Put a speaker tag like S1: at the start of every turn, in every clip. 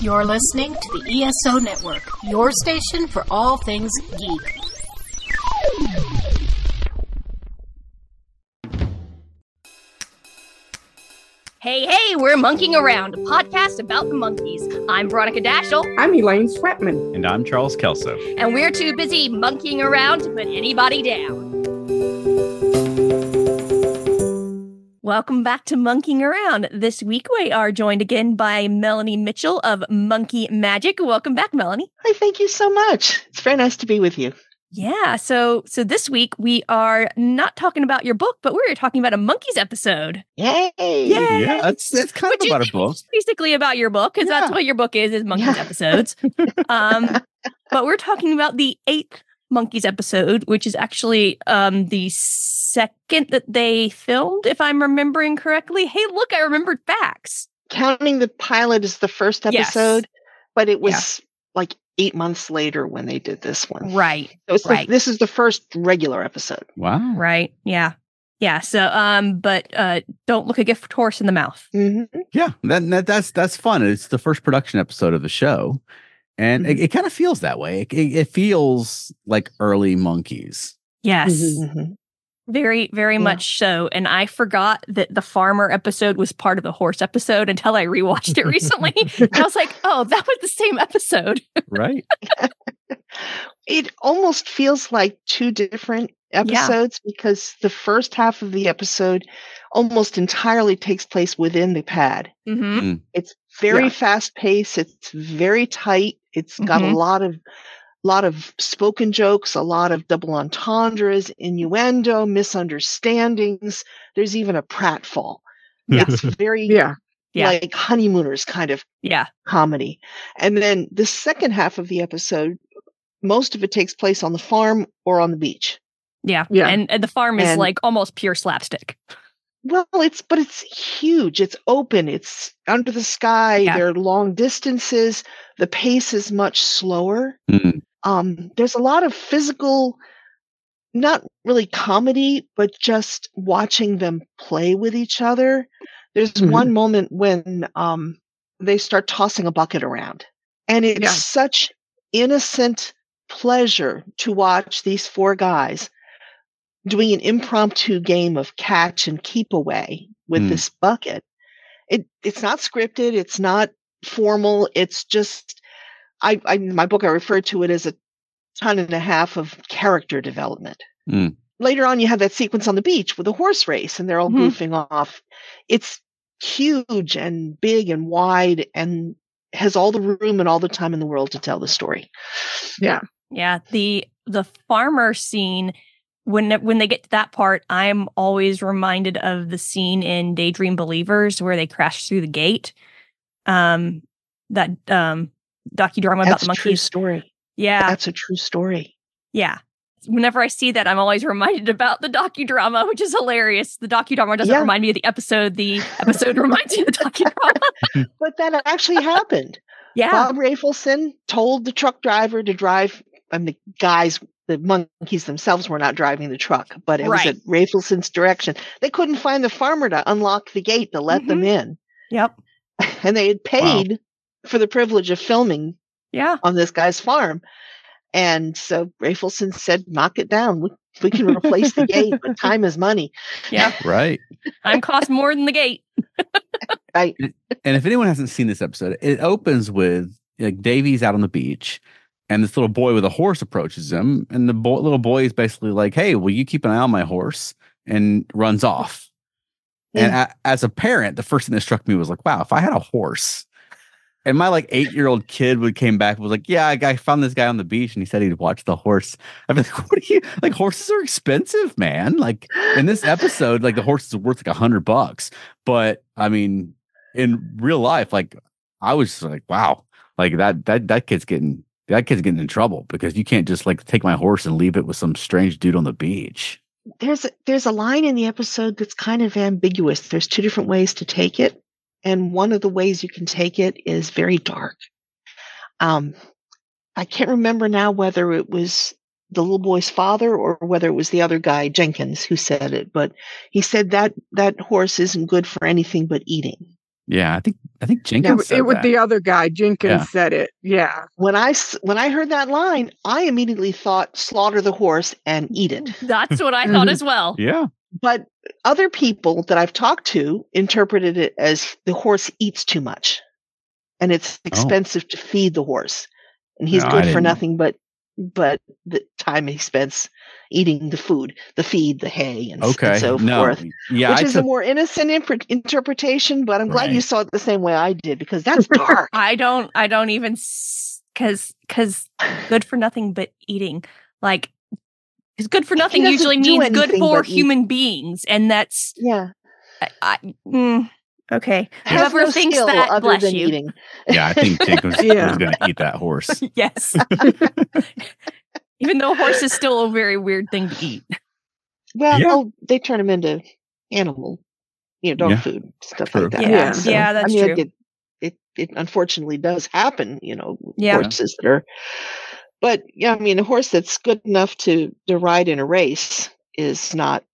S1: You're listening to the ESO Network, your station for all things geek.
S2: Hey, hey, we're Monkeying Around, a podcast about the monkeys. I'm Veronica Dashel,
S3: I'm Elaine Swetman.
S4: And I'm Charles Kelso.
S2: and we're too busy monkeying around to put anybody down. Welcome back to Monkeying Around. This week we are joined again by Melanie Mitchell of Monkey Magic. Welcome back, Melanie.
S5: Hi, thank you so much. It's very nice to be with you.
S2: Yeah, so so this week we are not talking about your book, but we're talking about a monkeys episode.
S5: Yay!
S2: Yeah.
S4: Yeah, that's that's kind
S2: Which
S4: of
S2: is
S4: about a book.
S2: basically about your book because that's
S5: Yeah.
S2: what your book is is monkeys
S5: Yeah.
S2: episodes um but we're talking about the eighth monkeys episode which is actually um the second that they filmed if i'm remembering correctly hey look i remembered facts
S5: Counting the pilot is the first
S2: Yes.
S5: episode, but it was like eight months later when they did this one.
S2: right
S5: So it's the-
S2: right.
S5: this is the first regular episode.
S4: Wow.
S2: right yeah yeah so um but uh don't look a gift horse in the mouth
S5: hmm
S4: Yeah, that, that that's that's fun. It's the first production episode of the show, and it, it kind of feels that way. It, it, it feels like early monkeys.
S2: yes Mm-hmm.
S5: hmm
S2: very very
S5: Yeah.
S2: much so and i forgot that the farmer episode was part of the horse episode until i rewatched it recently and i was like oh that was the same episode
S4: Right.
S5: It almost feels like two different episodes because the first half of the episode almost entirely takes place within the pad.
S2: Mm-hmm.
S5: It's very
S4: Yeah.
S5: fast paced. It's very tight. It's got
S2: Mhm.
S5: a lot of lot of spoken jokes, a lot of double entendres, innuendo, misunderstandings. There's even a pratfall. It's very
S3: Yeah.
S2: Yeah.
S5: like honeymooners kind of
S2: Yeah.
S5: comedy. And then the second half of the episode, most of it takes place on the farm or on the beach.
S2: Yeah.
S3: Yeah.
S2: And, and the farm is
S5: And-
S2: like almost pure slapstick.
S5: Well, it's but it's huge. It's open. It's under the sky.
S2: Yeah.
S5: There are long distances. The pace is much slower.
S4: Mhm.
S5: Um, there's a lot of physical, not really comedy, but just watching them play with each other. There's
S3: Mhm.
S5: one moment when um, they start tossing a bucket around, and it's
S3: Yeah.
S5: such innocent pleasure to watch these four guys doing an impromptu game of catch and keep away with
S4: Hmm.
S5: this bucket. It it's not scripted, it's not formal, it's just I, I in my book I refer to it as a ton and a half of character development.
S4: Hmm.
S5: Later on you have that sequence on the beach with a horse race and they're all
S2: Mhm.
S4: Mm-hmm.
S5: goofing off. It's huge and big and wide and has all the room and all the time in the world to tell the story.
S2: Yeah. The the farmer scene, when when they get to that part, I'm always reminded of the scene in Daydream Believers where they crash through the gate. Um that um docudrama about
S5: That's
S2: the
S5: a true
S2: monkeys.
S5: story.
S2: Yeah.
S5: That's a true story.
S2: Yeah. Whenever I see that, I'm always reminded about the docudrama, which is hilarious. The docudrama doesn't
S5: Yeah.
S2: remind me of the episode. The episode reminds me of the docudrama.
S5: But that actually happened.
S2: Yeah.
S5: Bob Rafelson told the truck driver to drive, and the guys, the monkeys themselves were not driving the truck, but it
S2: Right.
S5: was at Rafelson's direction. They couldn't find the farmer to unlock the gate to let them
S2: Mm-hmm.
S5: in.
S2: Yep.
S5: And they had paid for the privilege of filming
S2: Yeah.
S5: on this guy's farm. And so Rafelson said, knock it down. We, we can replace the gate, but time is money.
S2: Yeah.
S4: Right.
S2: I'm cost more than the gate.
S5: Right.
S4: and if anyone hasn't seen this episode, it opens with like Davy's out on the beach, and this little boy with a horse approaches him, and the boy, little boy is basically like, "Hey, will you keep an eye on my horse?" and runs off. And a, as a parent, the first thing that struck me was like, "Wow, if I had a horse." And my like eight year old kid would came back and was like, "Yeah, I, I found this guy on the beach, and he said he'd watch the horse." I'm like, "What are you like? Horses are expensive, man. Like in this episode, like the horses are worth like a hundred bucks, but I mean, in real life, like I was just like, wow, like that that that kid's getting that kid's getting in trouble because you can't just like take my horse and leave it with some strange dude on the beach.
S5: there's a, there's a line in the episode that's kind of ambiguous. There's two different ways to take it, and one of the ways you can take it is very dark. Um, I can't remember now whether it was the little boy's father or whether it was the other guy Jenkins who said it, but he said that that horse isn't good for anything but eating.
S4: Yeah, I think I think
S3: It,
S4: Jenkins.
S3: was-
S4: said
S3: it was
S4: that.
S3: the other guy. Jenkins
S4: Yeah.
S3: said it. Yeah.
S5: When I s- when I heard that line, I immediately thought slaughter the horse and eat it.
S2: That's what I
S5: Mm-hmm.
S2: thought as well.
S4: yeah,
S5: But other people that I've talked to interpreted it as the horse eats too much, and it's expensive to feed the horse, and he's
S4: Oh. No, I
S5: good for
S4: didn't.
S5: nothing but but the time he spends eating the food, the feed, the hay, and, s- and
S4: okay.
S5: so
S4: no,
S5: forth.
S4: yeah,
S5: which
S4: I
S5: is
S4: took,
S5: a more innocent impre- interpretation, but I'm glad you
S4: Right.
S5: saw it the same way I did because that's dark.
S2: I don't I don't even cuz cuz good for nothing but eating. Like cuz good for
S5: He
S2: nothing
S5: doesn't
S2: usually
S5: do
S2: means good
S5: anything
S2: for
S5: but eat.
S2: human beings and that's
S5: yeah,
S2: I, I, mm, okay.
S5: Has
S2: Whoever
S5: no
S2: thinks
S5: skill
S2: that,
S5: other
S2: bless
S5: than
S2: you.
S5: eating.
S4: yeah, I think Jenkins
S3: Yeah.
S4: was going to eat that horse.
S2: Yes. Even though horse is still a very weird thing to eat.
S5: Well,
S4: Yeah.
S5: oh, they turn them into animal, you know, dog
S4: Yeah.
S5: food stuff
S4: True.
S5: like that.
S2: Yeah.
S3: Yeah.
S2: Yeah, that's
S5: I mean,
S2: true.
S5: It, it it unfortunately does happen. You know, with
S2: Yeah.
S5: horses that are. But yeah, I mean, a horse that's good enough to to ride in a race is not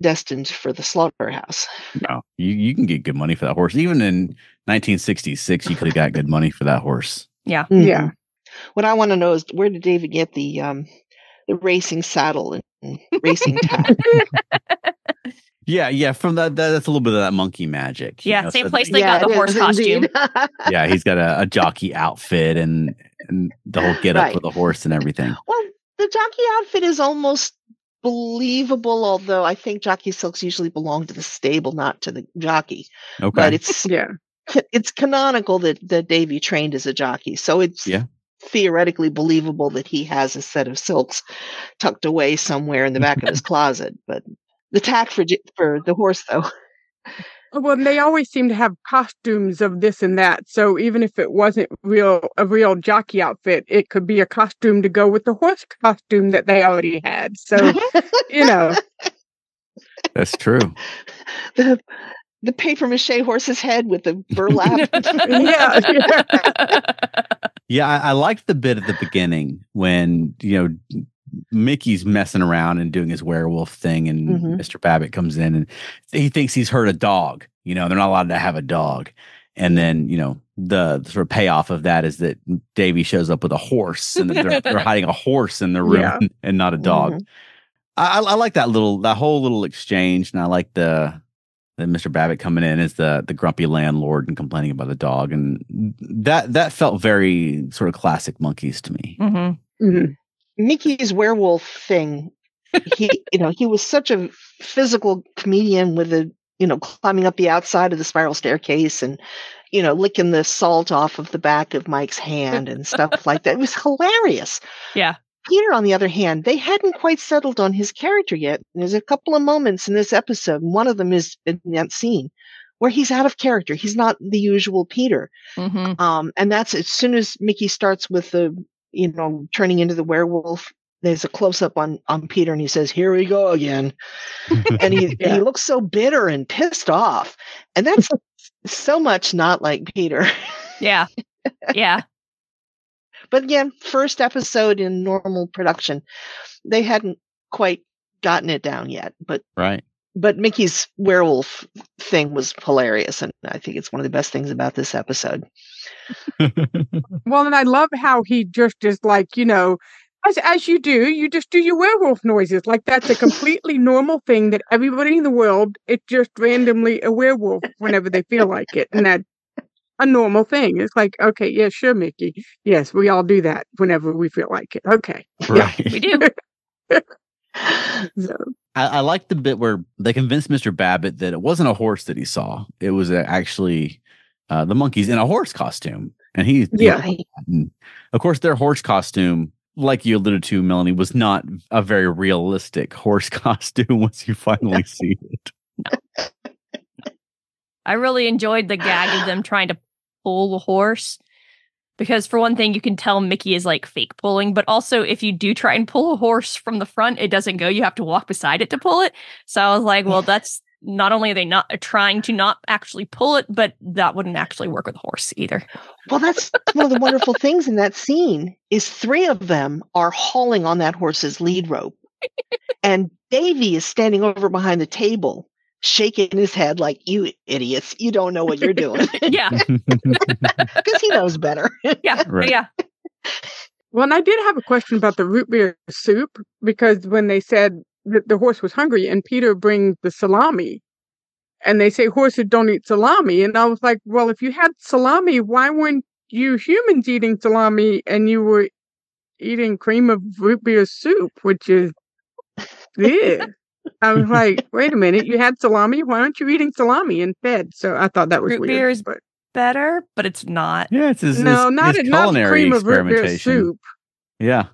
S5: destined for the slaughterhouse.
S4: No, you you can get good money for that horse. Even in 1966, you could have got good money for that horse.
S5: Hmm.
S3: Yeah.
S5: What I want to know is where did David get the um the racing saddle and, and racing tie?
S4: Yeah, yeah. From that, that that's a little bit of that monkey magic. you
S2: Yeah,
S4: know,
S2: same
S4: so-
S2: place they got the
S5: it
S2: horse
S5: is indeed.
S4: yeah, he's got a, a jockey outfit and, and the whole get up
S5: Right.
S4: for the horse and everything.
S5: Well, the jockey outfit is almost believable, although I think jockey silks usually belong to the stable, not to the jockey.
S4: Okay.
S5: But it's
S3: Yeah.
S5: it's canonical that that Davy trained as a jockey, so it's
S4: Yeah.
S5: theoretically believable that he has a set of silks tucked away somewhere in the back of his closet. But the tack for j- for the horse, though,
S3: Well, and they always seem to have costumes of this and that. So even if it wasn't real a real jockey outfit, it could be a costume to go with the horse costume that they already had. So
S4: Uh-huh.
S3: you know,
S4: That's true.
S5: the the paper mache horse's head with the burlap.
S3: yeah, yeah.
S4: Yeah, I, I liked the bit at the beginning when you know Mickey's messing around and doing his werewolf thing, and
S5: Mhm.
S4: Mr. Babbitt comes in and he thinks he's hurt a dog. You know, they're not allowed to have a dog. And then you know the, the sort of payoff of that is that Davy shows up with a horse, and that they're, they're hiding a horse in the room
S3: Yeah.
S4: and not a dog.
S5: Mhm.
S4: I, I I like that little that whole little exchange, and I like the the Mr. Babbitt coming in as the the grumpy landlord and complaining about the dog, and that that felt very sort of classic monkeys to me.
S2: hmm
S3: Mhm.
S5: Mickey's werewolf thing. He, you know, he was such a physical comedian with a, you know, climbing up the outside of the spiral staircase and, you know, licking the salt off of the back of Mike's hand and stuff like that. It was hilarious.
S2: Yeah.
S5: Peter, on the other hand, they hadn't quite settled on his character yet. And there's a couple of moments in this episode, and one of them is in that scene, where he's out of character. He's not the usual Peter
S2: hmm
S5: um and that's as soon as mickey starts with the you know turning into the werewolf there's a close up on on peter and he says here we go again and he
S3: Yeah.
S5: he looks so bitter and pissed off and that's so much not like peter
S2: Yeah. Yeah.
S5: but again first episode in normal production they hadn't quite gotten it down yet but
S3: Mm-hmm.
S4: Right.
S5: but mickey's werewolf thing was hilarious and i think it's one of the best things about this episode
S3: Well, and I love how he just is like you know, as as you do, you just do your werewolf noises. Like that's a completely normal thing that everybody in the world it's just randomly a werewolf whenever they feel like it, and that. A normal thing. It's like, okay, yeah, sure, Mickey. Yes, we all do that whenever we feel like it. Okay.
S2: We
S4: Right.
S2: do.
S3: So,
S4: I, I like the bit where they convinced Mr. Babbitt that it wasn't a horse that he saw; it was uh, actually uh, the monkeys in a horse costume, and he
S3: Yeah.
S4: And of course, their horse costume, like you alluded to, Melanie, was not a very realistic horse costume once you finally see it.
S2: I really enjoyed the gag of them trying to pull the horse. Because for one thing, you can tell Mickey is like fake pulling, but also if you do try and pull a horse from the front, it doesn't go. You have to walk beside it to pull it. So I was like, well, that's not only are they not uh, trying to not actually pull it, but that wouldn't actually work with a horse either.
S5: Well, that's one of the wonderful things in that scene is three of them are hauling on that horse's lead rope, and Davy is standing over behind the table shaking his head like, you idiots, you don't know what you're doing.
S2: yeah,
S5: Because he knows better.
S2: yeah,
S4: Right.
S2: yeah.
S3: Well, and I did have a question about the root beer soup because when they said that the horse was hungry and Peter brings the salami, and they say horses don't eat salami, and I was like, well, if you had salami, why weren't you humans eating salami and you were eating cream of root beer soup, which is yeah. I was like, wait a minute, you had salami, why aren't you eating salami instead? So I thought that was
S2: Root
S3: weird.
S2: beer is-
S3: but-
S2: Better, but it's not.
S4: yeah, it's his,
S3: no,
S4: his-
S3: not
S4: his
S3: enough
S4: culinary
S3: cream of root beer
S4: experimentation.
S3: soup.
S4: Yeah,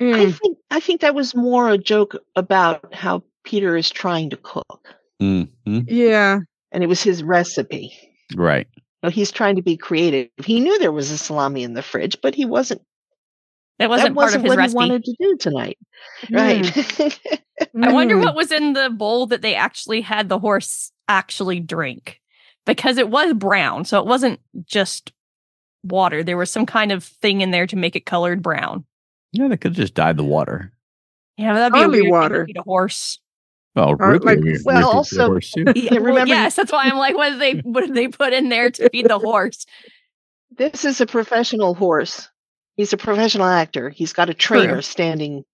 S5: I
S2: Hmm.
S3: Mm.
S5: think I think that was more a joke about how Peter is trying to cook,
S4: hmm
S3: Yeah.
S5: and it was his recipe.
S4: right.
S5: No, he's trying to be creative. He knew there was a salami in the fridge, but he wasn't.
S2: That wasn't
S5: that
S2: part of
S5: wasn't
S2: his recipe.
S5: what
S2: Hmm.
S5: he wanted to do tonight, right?
S2: I wonder
S3: Mm.
S2: what was in the bowl that they actually had the horse actually drink because it was brown. So it wasn't just water. There was some kind of thing in there to make it colored brown.
S4: Yeah, they could have just dyed the water.
S2: Yeah, but that'd be a
S3: Barley
S2: weird thing to
S3: water.
S2: feed a horse.
S4: Well,
S3: Or,
S4: root beer,
S3: like-
S4: root beer
S5: Well,
S4: could be
S5: also-
S4: a horse, too.
S2: Yeah,
S5: Yeah,
S2: well,
S5: remember you-
S2: yes, that's why I'm like, what did they what did they put in there to feed the horse?
S5: This is a professional horse. He's a professional actor. He's got a trainer standing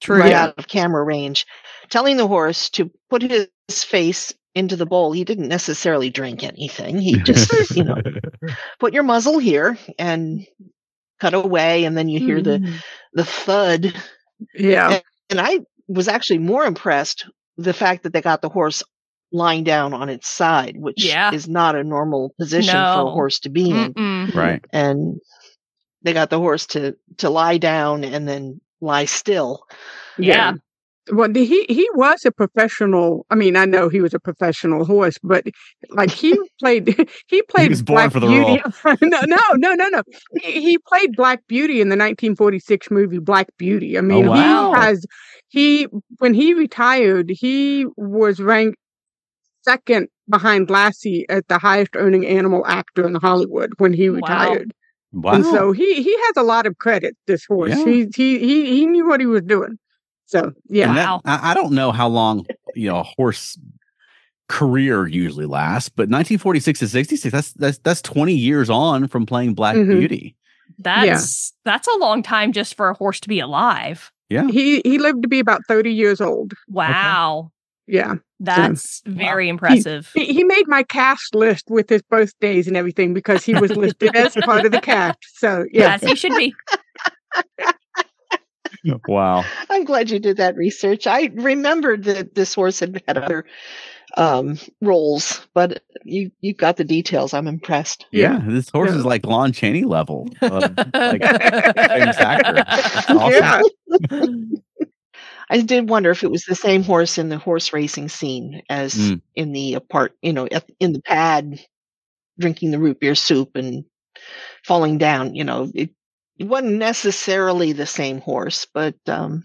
S2: True.
S5: right out of camera range, telling the horse to put his face into the bowl. He didn't necessarily drink anything. He just, you know, put your muzzle here and cut away, and then you hear
S2: Mm-hmm.
S5: the the thud
S3: Mm. yeah.
S5: and I was actually more impressed the fact that they got the horse lying down on its side, which
S2: Yeah.
S5: is not a normal position for
S2: No.
S5: a horse to be in.
S2: Mm-mm.
S4: right.
S5: And they got the horse to to lie down and then lie still.
S2: Yeah.
S3: Well, the- he he was a professional. I mean, I know he was a professional horse, but like he played he played
S4: was born for the
S3: Beauty. no, no, no, no, no. He, he played Black Beauty in the 1946 movie Black Beauty. I mean,
S4: Oh, wow.
S3: he has he when he retired, he was ranked second behind Lassie as the highest earning animal actor in Hollywood when he
S2: Wow.
S3: retired.
S4: Wow.
S3: And so he he has a lot of credit. This horse,
S4: Yeah.
S3: he, he he he knew what he was doing. So yeah,
S4: And that-
S2: Wow.
S4: I, I don't know how long you know a horse career usually lasts, but 1946 to 66 that's that's that's 20 years on from playing Black
S3: Mhm.
S4: Beauty.
S2: That's that's a long time just for a horse to be alive.
S4: Yeah,
S3: he he lived to be about thirty years old.
S2: Wow.
S3: Yeah,
S2: That's very impressive.
S3: he, he made my cast list with his birthdays and everything because he was listed as part of the cast. So yeah,
S2: Yes, he should be.
S4: wow.
S5: I'm glad you did that research. I remembered that this horse had had other um, roles, but you you got the details. I'm impressed.
S4: Yeah, this horse is
S3: Yeah.
S4: like Lon Chaney level. of, like,
S2: famous
S4: actor. That's awesome.
S3: yeah,
S5: I did wonder if it was the same horse in the horse racing scene as
S4: Mm.
S5: in the apart, you know, at- in the pad, drinking the root beer soup and falling down. You know, it, it wasn't necessarily the same horse, but um,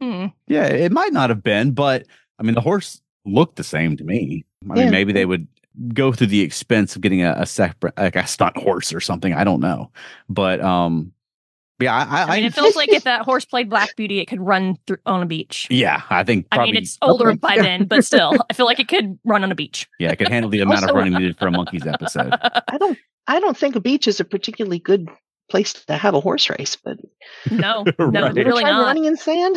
S2: Hmm.
S4: Yeah, it might not have been, but I mean, the horse looked the same to me. I
S5: Yeah.
S4: mean, maybe they would go through the expense of getting a, a separate, like a stunt horse or something. I don't know, but um, yeah, I, I,
S2: I mean,
S4: I-
S2: it feels like if that horse played Black Beauty, it could run through on a beach.
S4: yeah, I think
S2: I
S4: probably,
S2: mean, it's older
S3: Okay.
S2: by then, but still, I feel like it could run on a beach.
S4: yeah, it could handle the amount of
S5: Also-
S4: running needed for a monkey's episode.
S5: I don't, I don't think a beach is a particularly good place to have a horse race. But
S2: No, no,
S4: Right.
S5: You ever
S2: really
S5: tried
S2: not.
S5: running in sand.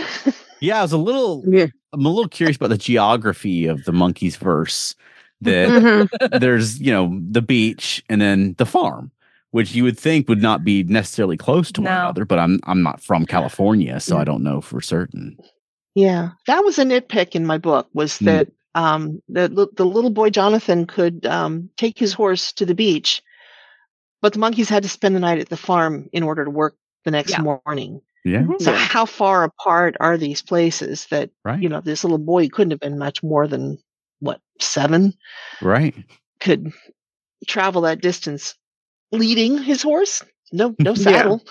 S4: Yeah, I was a little,
S3: yeah.
S4: I'm a little curious about the geography of the monkey's verse. That
S3: Mhm.
S4: there's you know the beach and then the farm which you would think would not be necessarily close to one
S2: No.
S4: another but i'm i'm not from california so i
S5: Yeah.
S4: don't know for certain
S5: Yeah, that was a nitpick in my book was
S4: Hmm.
S5: that um the li- the little boy Jonathan could um take his horse to the beach, but the monkeys had to spend the night at the farm in order to work the next
S2: Yeah.
S5: morning.
S4: yeah
S5: So
S3: Yeah.
S5: how far apart are these places that
S4: right
S5: you know this little boy couldn't have been much more than what seven
S4: right
S5: could travel that distance leading his horse? No, no
S4: Yeah.
S5: saddle.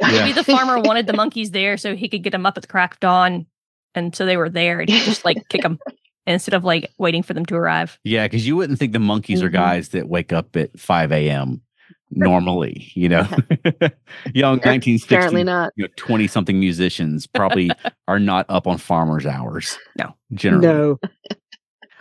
S4: Yeah.
S2: Maybe the farmer wanted the monkeys there so he could get them up at the crack of dawn, and so they were there, and he just like kick them instead of like waiting for them to arrive.
S4: yeah because you wouldn't think the monkeys are
S5: Mhm.
S4: guys that wake up at 5 a.m normally you know young
S5: Apparently
S4: 1960
S5: not.
S4: you know 20 something musicians probably are not up on farmers hours
S2: No.
S4: generally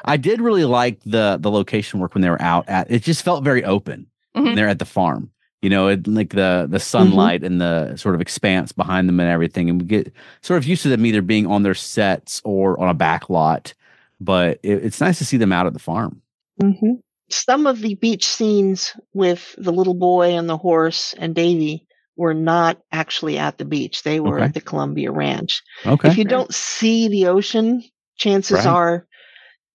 S4: I did really like the the location work when they were out at. It just felt very open.
S2: Mhm.
S4: when They're at the farm, you know, it, like the the sunlight and the sort of expanse behind them and everything. And we get sort of used to them either being on their sets or on a back lot, but it, it's nice to see them out at the farm.
S5: Mm-hmm. Some of the beach scenes with the little boy and the horse and Davy were not actually at the beach. They were
S4: Okay.
S5: at the Columbia Ranch.
S4: Okay,
S5: If you don't see the ocean, chances
S4: Right.
S5: are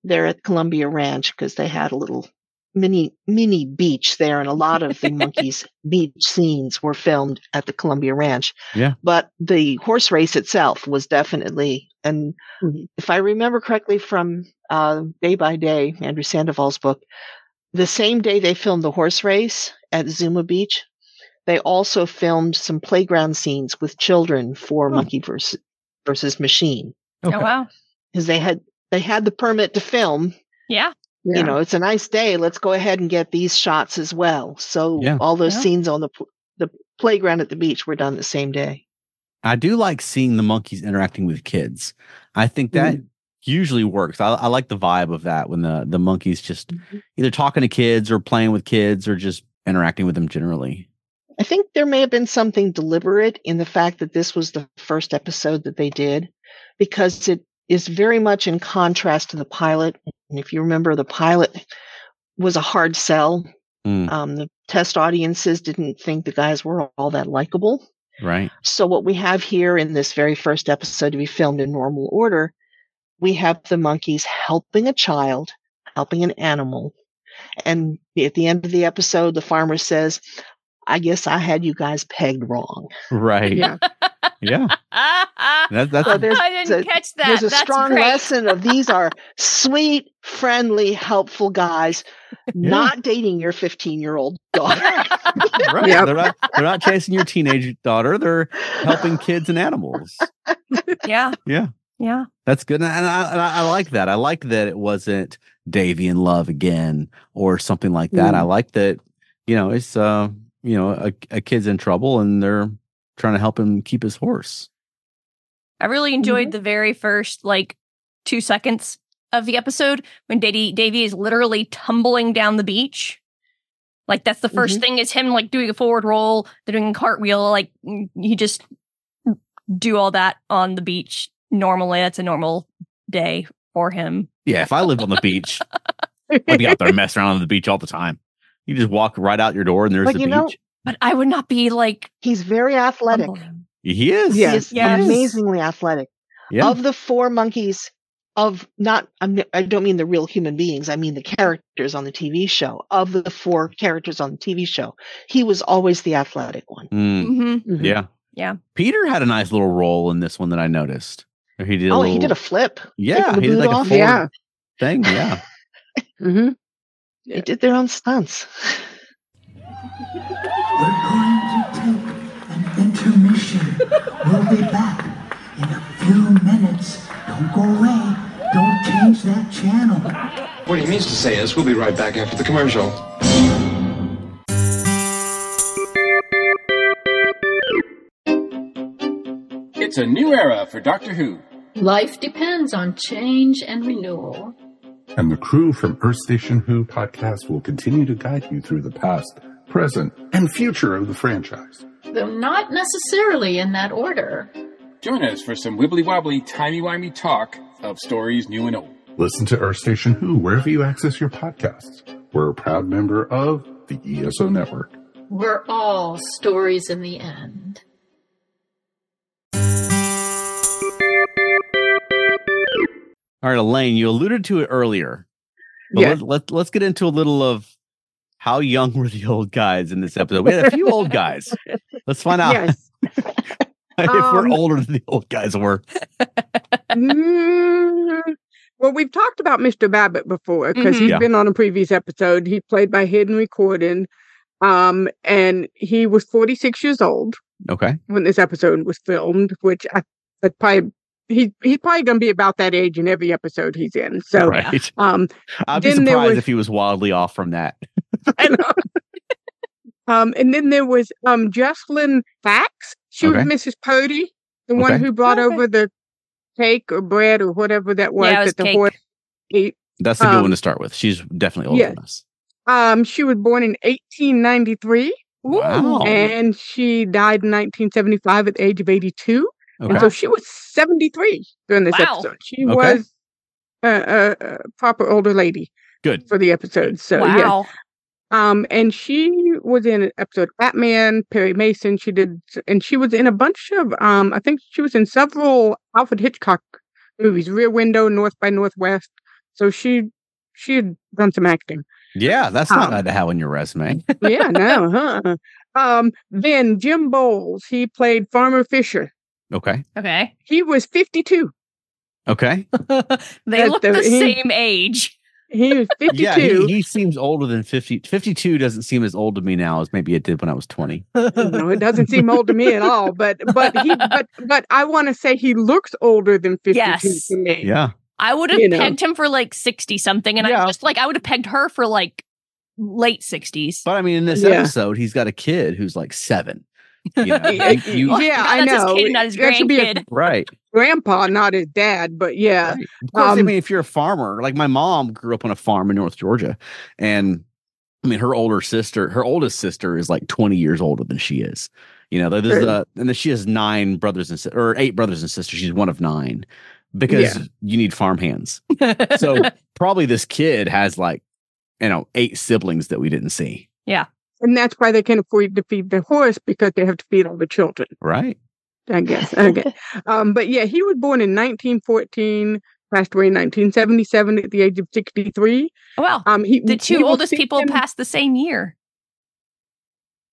S5: they're at Columbia Ranch because they had a little mini mini beach there and a lot of the monkeys beach scenes were filmed at the Columbia Ranch.
S4: Yeah.
S5: But the horse race itself was definitely and
S4: Mm-hmm.
S5: if I remember correctly from uh, Day by Day, Andrew Sandoval's book, the same day they filmed the horse race at Zuma Beach, they also filmed some playground scenes with children for Monkey versus, versus Machine
S4: okay.
S2: Oh wow.
S5: because they had they had the permit to film.
S2: Yeah.
S3: Yeah.
S5: You know, it's a nice day. Let's go ahead and get these shots as well. So
S4: Yeah.
S5: all those
S2: Yeah.
S5: scenes on the pl- the playground at the beach were done the same day.
S4: I do like seeing the monkeys interacting with kids. I think that usually works. I, I like the vibe of that when the the monkeys just either talking to kids or playing with kids or just interacting with them generally.
S5: I think there may have been something deliberate in the fact that this was the first episode that they did because it is very much in contrast to the pilot. And if you remember, the pilot was a hard sell.
S4: Mm,
S5: Um, the test audiences didn't think the guys were all that likable.
S4: right.
S5: So what we have here in this very first episode to be filmed in normal order, we have the monkeys helping a child, helping an animal. And at the end of the episode, the farmer says, I guess I had you guys pegged wrong.
S4: Right.
S3: Yeah.
S4: yeah.
S2: Ah, ah.
S4: That, that's
S5: So there's
S2: I didn't
S5: a-
S2: catch that.
S5: There's a
S2: That's
S5: strong
S2: great.
S5: lesson of these are sweet, friendly, helpful guys, not dating your 15 year old daughter.
S4: right.
S3: Yep.
S4: They're not they're not chasing your teenage daughter. They're helping kids and animals.
S2: Yeah.
S4: Yeah.
S2: Yeah.
S4: That's good. And I, and I, and I like that. I like that it wasn't Davy in love again or something like that.
S5: Mm.
S4: I like that, you know, it's, uh, you know, a, a kid's in trouble and they're trying to help him keep his horse.
S2: I really enjoyed the very first like two seconds of the episode when Davy Davy is literally tumbling down the beach. Like that's the 1st thing is him like doing a forward roll, doing a cartwheel. Like mm, you just do all that on the beach normally. That's a normal day for him.
S4: Yeah. If I lived on the beach, I'd be out there messing around on the beach all the time. You just walk right out your door and there's
S5: But
S4: the
S5: you
S4: beach.
S5: know-
S2: But I would not be like
S5: He's very athletic.
S2: tumbling.
S4: he is.
S5: He
S3: Yeah.
S5: is
S2: Yes.
S5: amazingly athletic.
S4: Yeah.
S5: Of the four monkeys, of not, I'm- I don't mean the real human beings, I mean the characters on the TV show. Of the four characters on the TV show, he was always the athletic one.
S4: Mm,
S2: Mhm.
S4: yeah.
S2: Yeah.
S4: Peter had a nice little role in this one that I noticed. He did a
S5: oh,
S4: little,
S5: he did a flip.
S4: yeah,
S5: the
S4: he did
S5: boot
S4: like a
S5: off.
S4: forward
S3: Yeah.
S4: thing. Yeah.
S3: hmm
S5: They did their own stunts.
S6: We're going to take an intermission. We'll be back in a few minutes. Don't go away. Don't change that channel.
S7: What he means to say is, we'll be right back after the commercial.
S8: It's a new era for Doctor Who.
S9: Life depends on change and renewal.
S10: and the crew from Earth Station Who podcast will continue to guide you through the past, present, and future of the franchise.
S9: Though not necessarily in that order.
S8: Join us for some wibbly wobbly, timey wimey talk of stories new and old.
S10: Listen to Earth Station Who wherever you access your podcasts. We're a proud member of the ESO Network.
S9: We're all stories in the end.
S4: All right, Elaine, you alluded to it earlier. But
S3: Yeah.
S4: let, let, let's get into a little of how young were the old guys in this episode. We had a few old guys. Let's find out
S3: Yes.
S4: if we're
S3: Um,
S4: older than the old guys were.
S3: Mm. Well, we've talked about Mr. Babbitt before because
S2: Mhm.
S3: he's
S4: Yeah.
S3: been on a previous episode. He played by Hidden Recording, um, and he was 46 years old.
S4: Okay.
S3: when this episode was filmed, which I that probably he he's probably gonna be about that age in every episode he's in. So
S4: right.
S3: um
S4: I'd be
S3: then there
S4: surprised
S3: was-
S4: if he was wildly off from that.
S3: and, um and then there was um Jocelyn Fax. She
S4: Okay.
S3: was Mrs. Pody, the one
S4: Okay.
S3: who brought
S2: Okay.
S3: over the cake or bread or whatever that was
S2: Yeah, it was
S3: that the
S2: cake.
S3: horse ate.
S4: That's a good
S3: Um,
S4: one to start with. She's definitely older
S3: yeah.
S4: than us.
S3: Um, she was born in 1893
S4: Wow.
S3: and she died in 1975 at the age of 82. And
S4: Okay.
S3: so she was 73 during this
S2: Wow.
S3: episode. She
S4: Okay.
S3: was a, a, a proper older lady
S4: Good.
S3: for the episode. So, yeah.
S2: wow.
S3: Um, and she was in an episode of Batman, Perry Mason. She did, and she was in a bunch of, um, I think she was in several Alfred Hitchcock movies, Rear Window, North by Northwest. So she, she had done some acting.
S4: Yeah, that's not
S3: Um,
S4: bad to have on your resume.
S3: Yeah, no, huh? Um, then Jim Bowles, he played Farmer Fisher.
S4: Okay.
S2: Okay.
S3: He was 52.
S4: Okay.
S2: They
S3: That's
S2: look
S3: the-
S2: the
S3: he-
S2: same age.
S3: He was 52.
S4: Yeah, he, he seems older than 50. 52 doesn't seem as old to me now as maybe it did when I was 20.
S3: no, it doesn't seem old to me at all. But but he but but I want to say he looks older than fifty-two
S2: Yes.
S3: to me.
S4: Yeah.
S2: I would have
S3: You know.
S2: pegged him for like 60 something. And
S4: Yeah.
S2: I just like, I would have pegged her for like late 60s.
S4: But I mean, in this
S3: Yeah.
S4: episode, he's got a kid who's like seven. You know, you- you-
S2: Well,
S3: yeah, I
S2: that's his
S3: know.
S2: kid, not his
S3: That should be a-
S2: grandkid.
S4: right.
S3: Grandpa, not his dad, but yeah.
S4: Right. Of course, I
S3: Um,
S4: mean, if you're a farmer, like my mom grew up on a farm in North Georgia, and I mean, her older sister, her oldest sister, is like 20 years older than she is. You know, there's
S3: True.
S4: a, and then she has nine brothers and si- or eight brothers and sisters. She's one of nine because you need farm hands. So probably this kid has like, you know, eight siblings that we didn't see.
S3: And that's why they can afford to feed the horse because they have to feed all the children,
S4: Right.
S3: I guess. Okay. um, but yeah, he was born in 1914, passed away in 1977 at the age of 63.
S2: well,
S3: Um, he
S2: the
S3: he
S2: two
S3: was
S2: oldest people
S3: seen-
S2: passed the same year.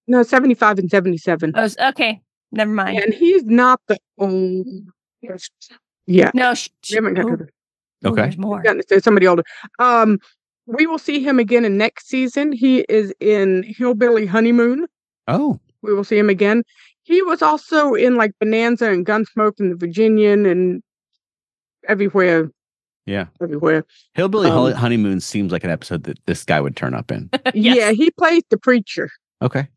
S3: No, 75 and 77.
S2: Oh, s- okay. Never mind.
S3: and he's not the oldest. Yeah.
S2: No, sh- sh-
S3: We haven't got
S2: oh,
S3: to
S2: oh,
S3: the
S4: Okay.
S2: there's more.
S3: Yeah, there's somebody older. Um, we will see him again in next season. He is in Hillbilly Honeymoon.
S4: Oh,
S3: We will see him again. He was also in like Bonanza and Gunsmoke and The Virginian and everywhere,
S4: yeah.
S3: everywhere.
S4: Hillbilly
S3: Um,
S4: Honey- Honeymoon seems like an episode that this guy would turn up in.
S3: Yeah, he plays the preacher.
S4: Okay.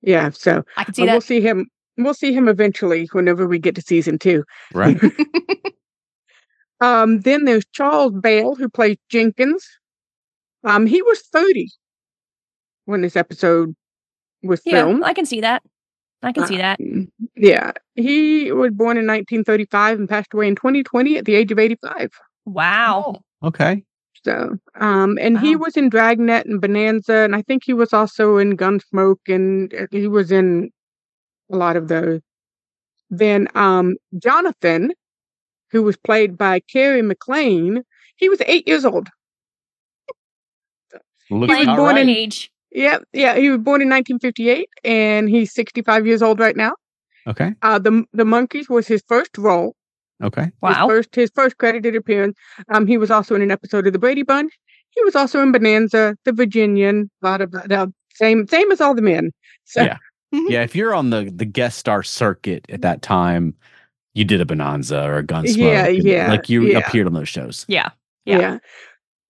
S3: Yeah, so uh,
S2: I can see
S3: we'll
S2: that.
S3: see him. We'll see him eventually whenever we get to season two.
S4: Right.
S3: Um, then there's Charles Bale who plays Jenkins. Um, he was thirty when this episode was
S2: Yeah,
S3: filmed.
S2: I can see that. I can see that.
S3: Mm, Yeah. He was born in 1935 and passed away in 2020 at the age of 85. oh,
S2: Wow.
S4: Okay.
S3: So, um, and he
S2: Wow.
S3: was in Dragnet and Bonanza, and I think he was also in Gunsmoke, and uh, he was in a lot of those. Then, um, Jonathan, who was played by Carrie McLean, he was eight years old.
S4: Looks
S2: Playing
S3: was
S4: all
S3: born
S4: right.
S3: in-
S2: age.
S3: Yeah, yeah, he was born in 1958, and he's 65 years old right now.
S4: Okay.
S3: Uh, the the Monkeys was his first role.
S4: Okay.
S3: His
S2: Wow.
S3: first his first credited appearance. Um, he was also in an episode of The Brady Bunch. He was also in Bonanza, The Virginian, blah blah blah. blah. Same same as all the men. So
S4: Yeah. yeah, if you're on the the guest star circuit at that time, you did a Bonanza or a Gunsmoke.
S3: Yeah,
S4: and,
S3: yeah,
S4: Like you
S3: yeah.
S4: appeared on those shows.
S2: Yeah.
S3: yeah.
S2: Yeah.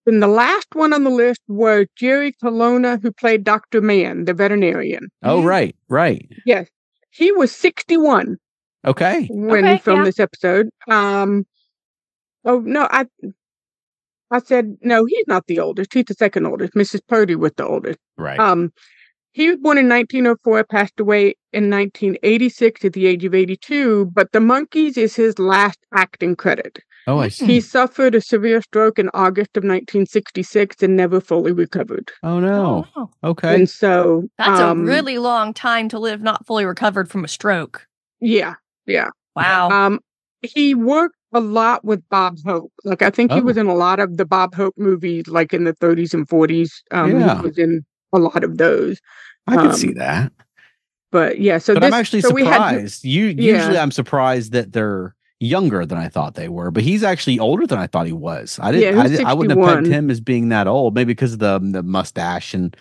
S3: Then the last one on the list was Jerry Colonna, who played Doctor Mann, the veterinarian.
S4: Oh, right, right.
S3: Yes, he was sixty one
S4: Okay.
S3: when
S2: Okay,
S3: we filmed
S2: yeah.
S3: this episode. Um, oh no, I I said no. He's not the oldest. He's the second oldest. Mrs. Purdy was the oldest.
S4: Right.
S3: Um, he was born in 1904, passed away in 1986 at the age of 82. But The Monkeys is his last acting credit.
S4: oh, I see.
S3: He
S2: Hmm.
S3: suffered a severe stroke in August of 1966 and never fully recovered.
S4: Oh no.
S2: Oh,
S4: Okay.
S3: And so
S2: That's
S3: um,
S2: a really long time to live not fully recovered from a stroke.
S3: yeah, yeah.
S2: Wow.
S4: Oh.
S3: Um, he worked a lot with Bob Hope. Like I think he was
S4: Oh.
S3: in a lot of the Bob Hope movies, like in the 30s and 40s. Um,
S4: Yeah.
S3: he was in a lot of those.
S4: I can
S3: um,
S4: see that.
S3: But yeah, so
S4: But
S3: this,
S4: I'm actually
S3: so we had
S4: surprised. you usually I'm surprised that they're younger than I thought they were, but he's actually older than I thought he was. I didn't
S3: Yeah,
S4: I,
S3: he's
S4: didn't- I wouldn't have pegged
S3: 61.
S4: him as being that old, maybe because of the um, the mustache and,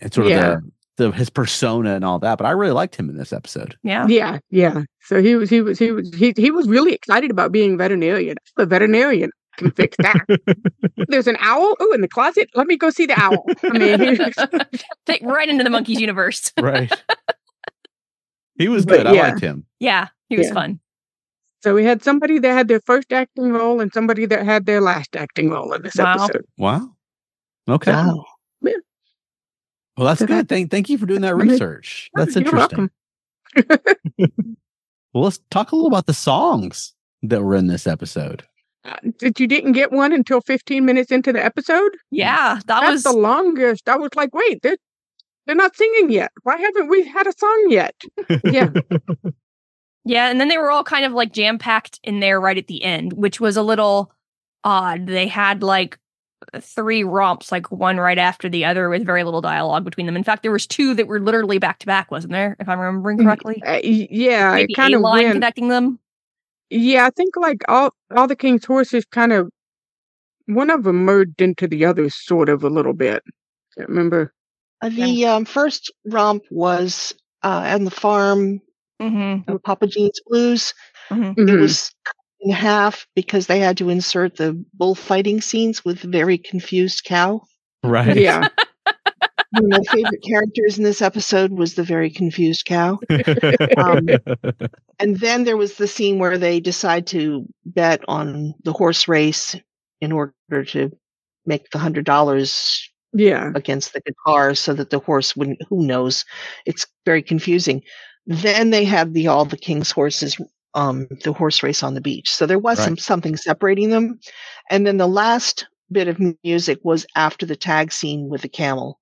S4: and sort of
S3: Yeah.
S4: the, the his persona and all that. But I really liked him in this episode.
S2: yeah.
S3: Yeah, yeah. So he was, he was, he was, he, he was really excited about being veterinarian. I'm a veterinarian I can fix that. There's an owl. Oh, in the closet. Let me go see the owl. I mean, he was-
S2: Fit right into the monkeys universe.
S4: right. He was
S3: But
S4: good.
S3: yeah.
S4: I liked him.
S2: Yeah. He was
S3: Yeah.
S2: fun.
S3: So we had somebody that had their first acting role and somebody that had their last acting role in this
S2: Wow.
S3: episode.
S4: Wow. Okay.
S5: Wow.
S4: Well, that's
S3: So
S4: good.
S3: that-
S4: Thank, thank you for doing that
S3: I mean,
S4: research. That's
S3: You're
S4: interesting.
S3: welcome.
S4: Well, let's talk a little about the songs that were in this episode.
S3: Uh, that you didn't get one until 15 minutes into the episode.
S2: Yeah, that
S3: That's
S2: was
S3: the longest. I was like, wait, they're, they're not singing yet. Why haven't we had a song yet? yeah.
S2: Yeah, and then they were all kind of like jam packed in there right at the end, which was a little odd. They had like three romps, like one right after the other, with very little dialogue between them. In fact, there was two that were literally back to back, wasn't there? If I'm remembering correctly,
S3: Uh, y- yeah.
S2: maybe
S3: it
S2: a
S3: kind of
S2: line
S3: went.
S2: connecting them.
S3: Yeah, I think like all all the king's horses kind of one of them merged into the other sort of a little bit. Can't remember.
S5: Uh, The um, first romp was uh, on the farm,
S2: hmm
S5: uh, Papa Jean's Blues. It
S3: Mhm.
S5: was cut in half because they had to insert the bullfighting scenes with the very confused cow.
S4: Right.
S3: yeah,
S5: One of my favorite characters in this episode was the very confused cow. Um, and then there was the scene where they decide to bet on the horse race in order to make the hundred dollars
S3: yeah.
S5: against the guitar so that the horse wouldn't who knows it's very confusing then they had the all the king's horses um the horse race on the beach so there was
S4: Right.
S5: some something separating them and then the last bit of mu- music was after the tag scene with the camel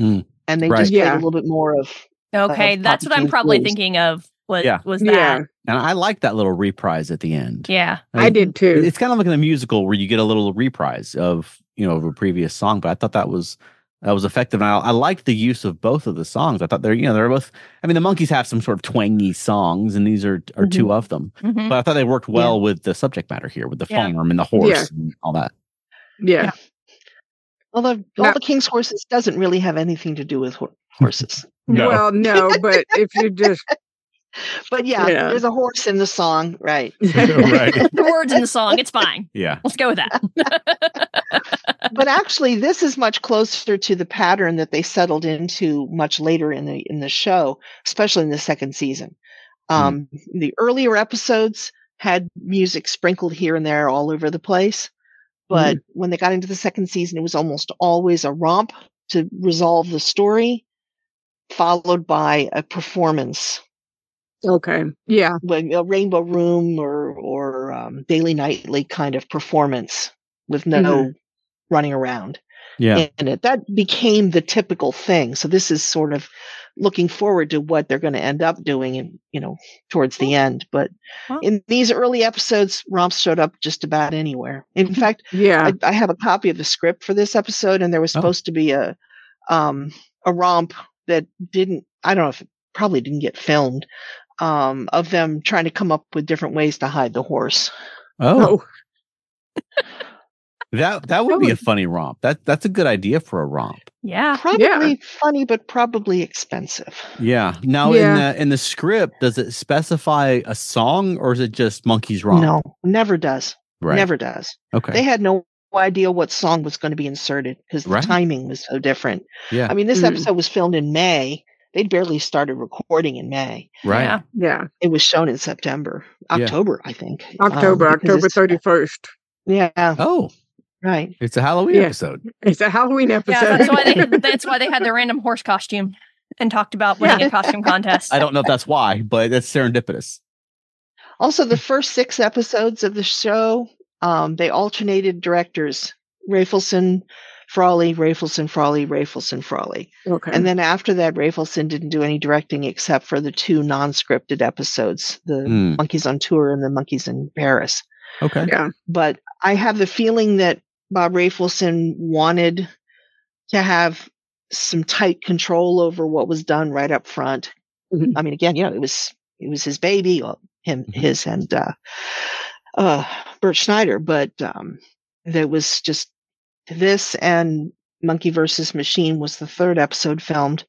S4: Mm.
S5: and they
S4: Right.
S5: just played
S3: Yeah.
S5: a little bit more of
S2: Okay,
S5: Uh,
S2: that's what
S5: Papa
S2: I'm
S5: John's
S2: probably
S5: Blues.
S2: thinking of. Was
S4: Yeah.
S2: was
S3: Yeah.
S2: that?
S4: and I like that little reprise at the end.
S2: Yeah,
S3: I did too.
S4: It's kind of like in a musical where you get a little reprise of you know of a previous song, but I thought that was that was effective. And I, I liked the use of both of the songs. I thought they're you know they're both. I mean, the monkeys have some sort of twangy songs, and these are are two of them.
S2: Mhm.
S4: But I thought they worked well with the subject matter here, with the
S2: Yeah.
S4: farm and the horse and all that.
S3: yeah.
S2: Yeah.
S5: although all
S3: Now-
S5: the king's horses doesn't really have anything to do with hor- horses
S4: No.
S3: Well, no, but if you just
S5: but yeah,
S3: Yeah.
S5: there's a horse in the song right
S2: the words in the song. It's fine.
S4: Yeah.
S2: Let's go with that.
S5: but actually this is much closer to the pattern that they settled into much later in the in the show especially in the second season um the earlier episodes had music sprinkled here and there all over the place but when they got into the second season it was almost always a romp to resolve the story followed by a performance
S3: okay, yeah,
S5: when a rainbow room or or um, daily nightly kind of performance with no running around
S4: Yeah.
S5: in it. That became the typical thing. So this is sort of looking forward to what they're going to end up doing, and you know, towards the end. But
S2: Well.
S5: in these early episodes, romps showed up just about anywhere. In fact,
S3: yeah,
S5: I, I have a copy of the script for this episode, and there was
S4: Ah. Oh.
S5: supposed to be a um, a romp that didn't. I don't know if it probably didn't get filmed. Um, of them trying to come up with different ways to hide the horse.
S4: Oh,
S3: oh,
S4: that that would be a funny romp. That that's a good idea for a romp.
S2: Yeah.
S4: Ah,
S5: Probably funny, but probably expensive.
S4: Yeah. Now
S3: Yeah.
S4: in the in the script, does it specify a song or is it just monkeys romp?
S5: No, never does.
S4: Right.
S5: Never does.
S4: Okay.
S5: they had no idea what song was going to be inserted because the
S4: Right.
S5: timing was so different.
S4: Yeah.
S5: I mean, this
S3: Mm.
S5: episode was filmed in May. They'd barely started recording in May.
S4: right.
S2: Yeah.
S3: yeah.
S5: It was shown in September,
S4: Yeah.
S5: October, I think. um,
S3: October,
S5: because
S3: October
S5: it's-
S3: thirty first.
S5: Yeah,
S4: Oh,
S5: right.
S4: it's a Halloween
S3: Yeah.
S4: episode.
S3: It's a Halloween episode.
S2: Yeah, that's why they that's why they had the random horse costume and talked about winning
S5: Yeah.
S2: a costume contest.
S4: I don't know if that's why, but that's serendipitous.
S5: Also, the first six episodes of the show, um, they alternated directors: Rafelson, Frawley, Rafelson, Frawley, Rafelson, Frawley.
S3: okay,
S5: And then after that, Rafelson didn't do any directing except for the two non-scripted episodes, the
S4: Mm,
S5: monkeys on tour and the monkeys in paris
S4: Okay.
S3: yeah,
S5: but i have the feeling that bob rafelson wanted to have some tight control over what was done right up front
S3: Mhm.
S4: Mm-hmm.
S5: i mean again you know it was it was his baby well, him
S4: Mhm.
S5: his and uh uh bert schneider but um there was just this and monkey versus machine was the third episode filmed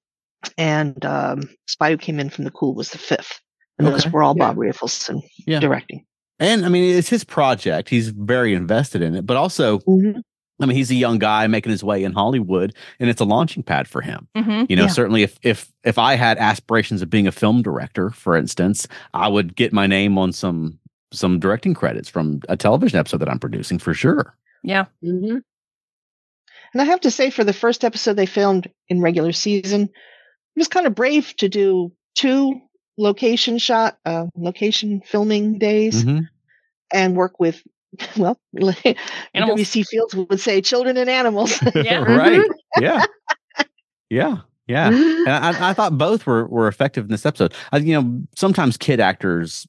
S5: and um spy who came in from the cool was the fifth and those
S4: Okay.
S5: were all
S3: Yeah.
S5: bob rafelson
S4: Yeah.
S5: directing
S4: And I mean, it's his project. He's very invested in it, but also,
S5: Mhm.
S4: I mean, he's a young guy making his way in Hollywood, and it's a launching pad for him.
S2: hmm
S4: You know,
S5: Yeah.
S4: certainly if if if I had aspirations of being a film director, for instance, I would get my name on some some directing credits from a television episode that I'm producing for sure.
S2: Yeah.
S5: Mm-hmm. And I have to say, for the first episode they filmed in regular season, it was kind of brave to do two location shot, uh, location filming days,
S4: Mhm.
S5: and work with, well,
S2: Animals.
S5: W.C. Fields would say children and animals.
S2: Yeah. Mm-hmm.
S4: right. Yeah. Yeah. Yeah. And I, I thought both were, were effective in this episode. I, you know, sometimes kid actors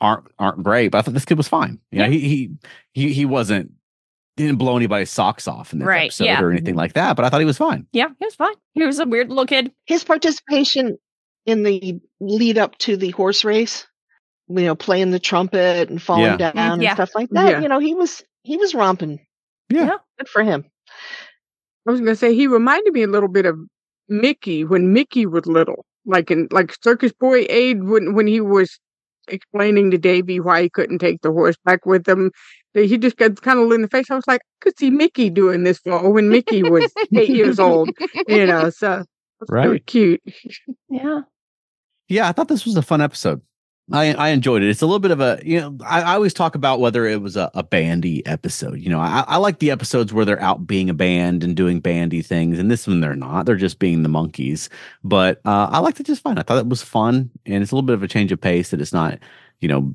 S4: aren't aren't great, but I thought this kid was fine. You know, he he he he wasn't he didn't blow anybody's socks off in this
S2: Right,
S4: episode
S2: yeah. Mm-hmm.
S4: or anything like that. But I thought he was fine.
S2: Yeah, he was fine. He was a weird little kid.
S5: His participation in the lead up to the horse race, you know, playing the trumpet and falling
S4: Yeah.
S5: down and
S2: Yeah.
S5: stuff like that.
S3: Yeah.
S5: You know, he was he was romping.
S4: Yeah.
S2: Yeah.
S5: Good for him.
S3: I was gonna say he reminded me a little bit of Mickey when Mickey was little, like in like Circus Boy Aid when when he was explaining to Davy why he couldn't take the horse back with him. that He just got kind of lit in the face. I was like, I could see Mickey doing this for when Mickey was eight years old, you know. So it's really
S4: Right.
S3: cute.
S2: Yeah.
S4: Yeah, I thought this was a fun episode. I, I enjoyed it. It's a little bit of a you know I, I always talk about whether it was a, a bandy episode. You know I, I like the episodes where they're out being a band and doing bandy things, and this one they're not. They're just being the monkeys. But uh, I liked it just fine. I thought it was fun, and it's a little bit of a change of pace that it's not you know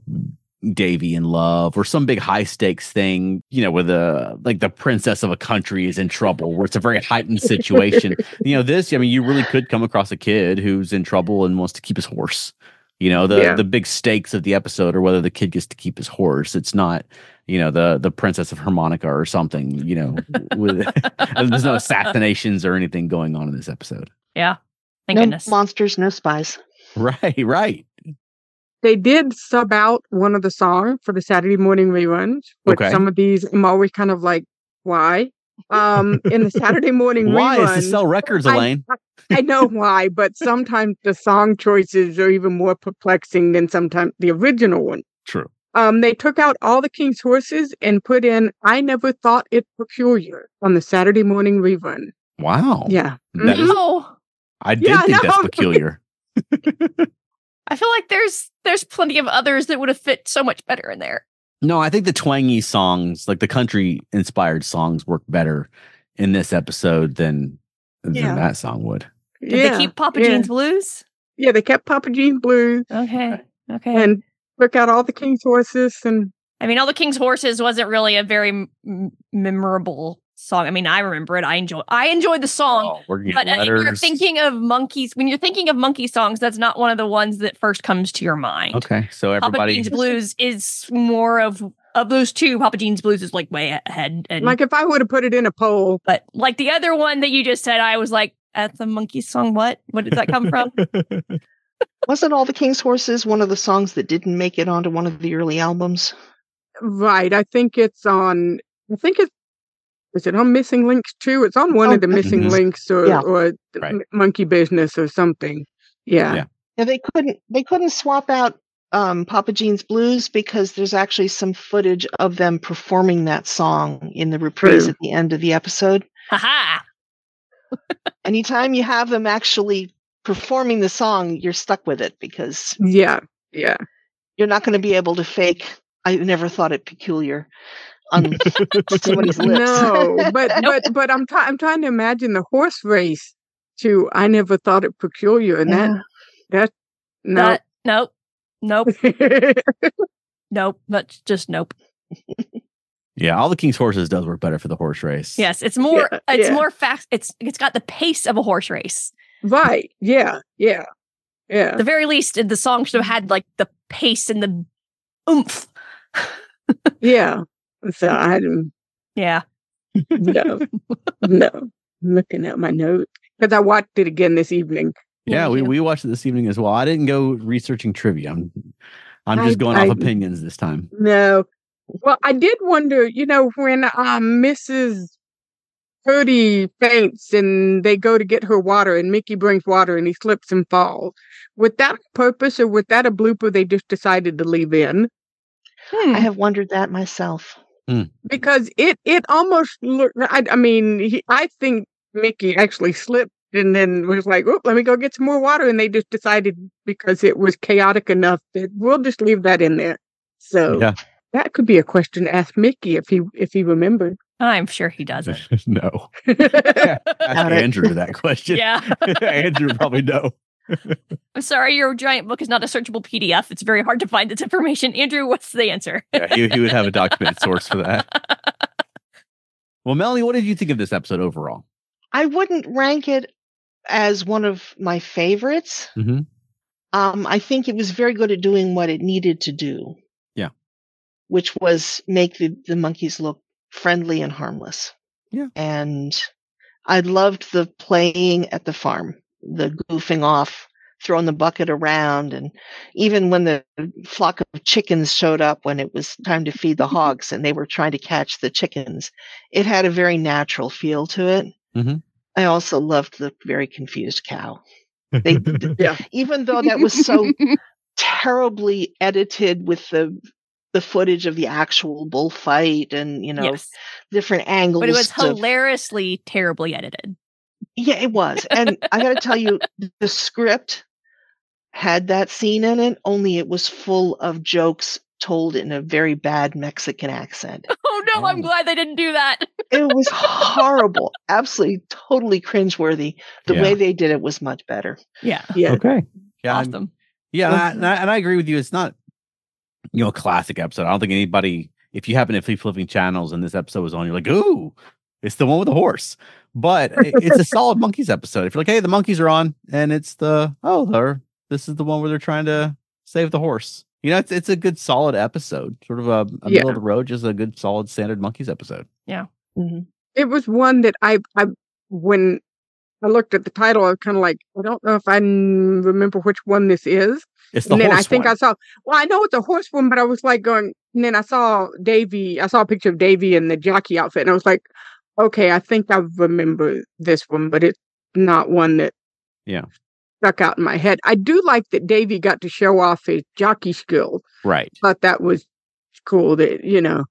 S4: Davy in love or some big high stakes thing. You know where the like the princess of a country is in trouble, where it's a very heightened situation you know this i mean you really could come across a kid who's in trouble and wants to keep his horse you know the
S3: Yeah.
S4: the big stakes of the episode are whether the kid gets to keep his horse it's not you know the the princess of harmonica or something you know with there's no assassinations or anything going on in this episode
S2: Thank
S5: no
S2: goodness.
S5: monsters, no spies.
S4: right right
S3: They did sub out one of the song for the Saturday morning reruns, which
S4: Okay.
S3: some of these I'm always kind of like, why? Um, in the Saturday morning
S4: why
S3: rerun,
S4: is to sell records
S3: I-
S4: elaine
S3: I know why, but sometimes the song choices are even more perplexing than sometimes the original one.
S4: true
S3: Um, they took out all the king's horses and put in "I never thought it peculiar" on the Saturday morning rerun.
S4: wow
S3: Yeah, Mm-hmm.
S4: That is-
S2: Oh,
S4: i did
S3: Yeah, I
S4: think that's
S3: know.
S4: peculiar
S2: I feel like there's there's plenty of others that would have fit so much better in there.
S4: No, I think the twangy songs, like the country inspired songs, work better in this episode than than
S3: Yeah.
S4: that song would.
S2: Did
S3: yeah,
S2: they keep Papa
S3: yeah.
S2: Jean's blues?
S3: yeah. They kept Papa Jean Blue
S2: Okay. Okay.
S3: and took out all the king's horses, and
S2: I mean, all the King's Horses wasn't really a very m- m- memorable song. I mean, I remember it. I enjoy. I enjoyed the song.
S4: Oh, we're getting
S2: But I think you're
S4: letters.
S2: thinking of monkeys. When you're thinking of monkey songs, that's not one of the ones that first comes to your mind.
S4: Okay, so
S2: Papa
S4: everybody.
S2: Jean's Blues is more of of those two. Papa Jean's Blues is like way ahead, and
S3: like if I would have put it in a poll,
S2: but like the other one that you just said, I was like, "That's a monkey song. What? What did that come from?"
S5: Wasn't All the King's Horses one of the songs that didn't make it onto one of the early albums?
S3: right? I think it's on. I think it's. Is it on Missing Links too? It's on one
S5: Oh,
S3: of the
S5: I think
S3: Missing
S4: it's-
S3: Links or,
S5: Yeah.
S3: or the
S4: Right.
S3: M- Monkey Business or something. Yeah.
S4: Yeah.
S5: Yeah, they couldn't they couldn't swap out um, Papa Jean's Blues because there's actually some footage of them performing that song in the reprise
S3: True.
S5: at the end of the episode.
S2: Haha.
S5: Anytime you have them actually performing the song, you're stuck with it because
S3: Yeah, yeah.
S5: you're not going to be able to fake I never thought it peculiar on somebody's lips.
S3: No, but but but I'm try- I'm trying to imagine the horse race. To I never thought it peculiar, and
S5: Yeah.
S3: that that
S2: That- nope. Nope.
S3: no.
S2: Nope. That's just nope.
S4: yeah, all the king's horses does work better for the horse race.
S2: Yes, it's more.
S3: Yeah,
S2: it's
S3: yeah.
S2: more fast. It's it's got the pace of a horse race.
S3: right? Yeah, yeah,
S2: At
S3: yeah.
S2: the very least, the song should have had like the pace and the oomph.
S3: yeah. So I didn't.
S2: Yeah.
S3: No, no. I'm looking at my note because I watched it again this evening.
S4: Yeah,
S2: Yeah,
S4: we,
S2: yeah.
S4: we watched it this evening as well. I didn't go researching trivia. I'm I'm
S3: I-
S4: just going
S3: I-
S4: off opinions this time.
S3: No. Well, I did wonder, you know, when um, Mrs. Purdy faints and they go to get her water and Mickey brings water and he slips and falls. Was that on purpose or was that a blooper they just decided to leave in?
S2: Hmm.
S5: I have wondered that myself.
S3: Because it it almost looked, I, I mean, he, I think Mickey actually slipped and then was like, oh, let me go get some more water. And they just decided because it was chaotic enough that we'll just leave that in there. So
S4: Yeah.
S3: that could be a question to ask Mickey if he if he remembered.
S2: I'm sure he doesn't.
S4: no. Ask
S5: Doubt it.
S4: Andrew that question.
S2: yeah.
S4: Andrew probably know.
S2: I'm sorry, your giant book is not a searchable PDF. It's very hard to find this information. Andrew, what's the answer?
S4: Yeah, he, he would have a documented source for that. Well, Melanie, what did you think of this episode overall?
S5: I wouldn't rank it as one of my favorites.
S4: Mhm.
S5: Um, I think it was very good at doing what it needed to do.
S4: Yeah.
S5: Which was make the, the monkeys look friendly and harmless.
S4: Yeah.
S5: And I loved the playing at the farm, the goofing off, throwing the bucket around. And even when the flock of chickens showed up when it was time to feed
S4: Mm-hmm.
S5: the hogs and they were trying to catch the chickens, it had a very natural feel to it.
S4: Mm-hmm.
S5: I also loved the very confused cow. They,
S3: Yeah.
S5: even though that was so terribly edited with the the footage of the actual bullfight and you know
S2: yes.
S5: different angles,
S2: But it was
S5: to-
S2: hilariously terribly edited.
S5: yeah, it was. And I got to tell you, the script had that scene in it. Only it was full of jokes told in a very bad Mexican accent.
S2: Oh no, I'm
S4: Oh.
S2: glad they didn't do that.
S5: It was horrible, absolutely, totally cringeworthy. The
S4: Yeah.
S5: way they did it was much better.
S2: Yeah.
S3: Yeah.
S4: Okay. Yeah, I'm-
S2: Awesome.
S4: Yeah, and I, and I and I agree with you. It's not, you know, a classic episode. I don't think anybody, if you happen to flip flipping channels and this episode was on, you're like, ooh, it's the one with the horse. But i- it's a solid monkeys episode. If you're like, hey, the monkeys are on, and it's the oh, they're this is the one where they're trying to save the horse. You know, it's it's a good solid episode, sort of a, a middle of the road, just a good solid standard monkeys episode.
S5: Mm-hmm.
S3: it was one that I, I when I looked at the title, I was kind of like, I don't know if I n- remember which one this is.
S4: It's the
S3: and then
S4: horse
S3: I think
S4: one.
S3: I saw, well, I know it's a horse one, but I was like going, and then I saw Davy, I saw a picture of Davy in the jockey outfit, and I was like, okay, I think I remember this one, but it's not one that
S4: Yeah.
S3: stuck out in my head. I do like that Davy got to show off his jockey skills.
S4: right.
S3: Thought that was cool that, you know,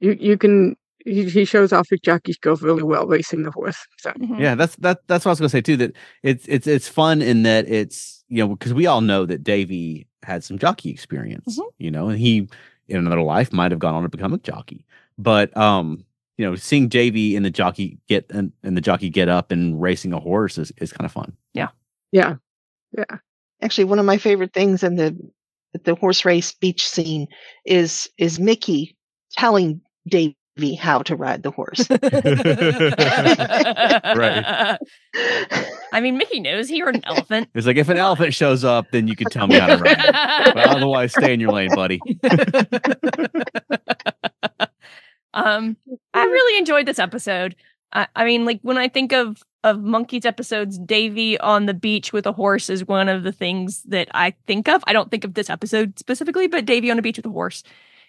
S3: you, you can, he, he shows off his jockey skills really well racing the horse. So,
S2: Mhm.
S4: Yeah, that's that. That's what I was gonna say too. That it's it's it's fun in that it's you know because we all know that Davey had some jockey experience,
S2: Mhm.
S4: you know, and he in another life might have gone on to become a jockey. But um, you know, seeing Davey in the jockey get and in, the jockey get up and racing a horse is, is kind of fun.
S3: yeah. Yeah.
S5: actually one of my favorite things in the the horse race beach scene is is Mickey telling Davy how to ride the horse.
S4: Right.
S2: I mean, Mickey knows he rode an elephant.
S4: It's like if an elephant shows up, then you can tell me how to ride. it. But otherwise, stay in your lane, buddy.
S2: um, I really enjoyed this episode. I, I mean, like when I think of of monkeys episodes, Davy on the beach with a horse is one of the things that I think of. I don't think of this episode specifically, but Davy on a beach with a horse.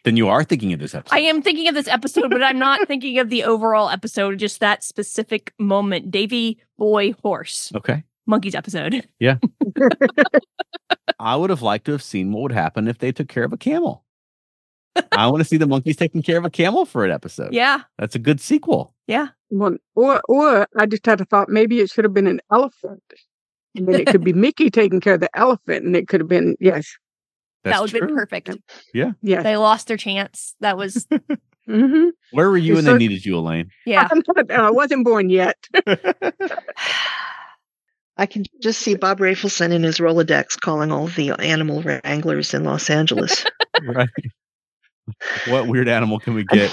S4: then you are thinking of this episode.
S2: I am thinking of this episode, but I'm not thinking of the overall episode. Just that specific moment, Davy boy horse
S4: okay.
S2: monkeys episode.
S4: I would have liked to have seen what would happen if they took care of a camel. I want to see the monkeys taking care of a camel for an episode.
S2: Yeah,
S4: That's a good sequel.
S3: Well, or or I just had a thought maybe it should have been an elephant, and then it could be Mickey taking care of the elephant, and it could have been yes,
S4: That's
S2: that would have been
S4: true.
S2: perfect.
S3: yes.
S2: They lost their chance. That was oh,
S3: hmm
S4: Where were you
S3: You're
S4: when
S3: so-
S4: they needed you, Elaine?
S2: yeah.
S3: I wasn't born yet.
S5: I can just see Bob Rafelson in his Rolodex calling all the animal wranglers in Los Angeles.
S4: Right. what weird animal can we get?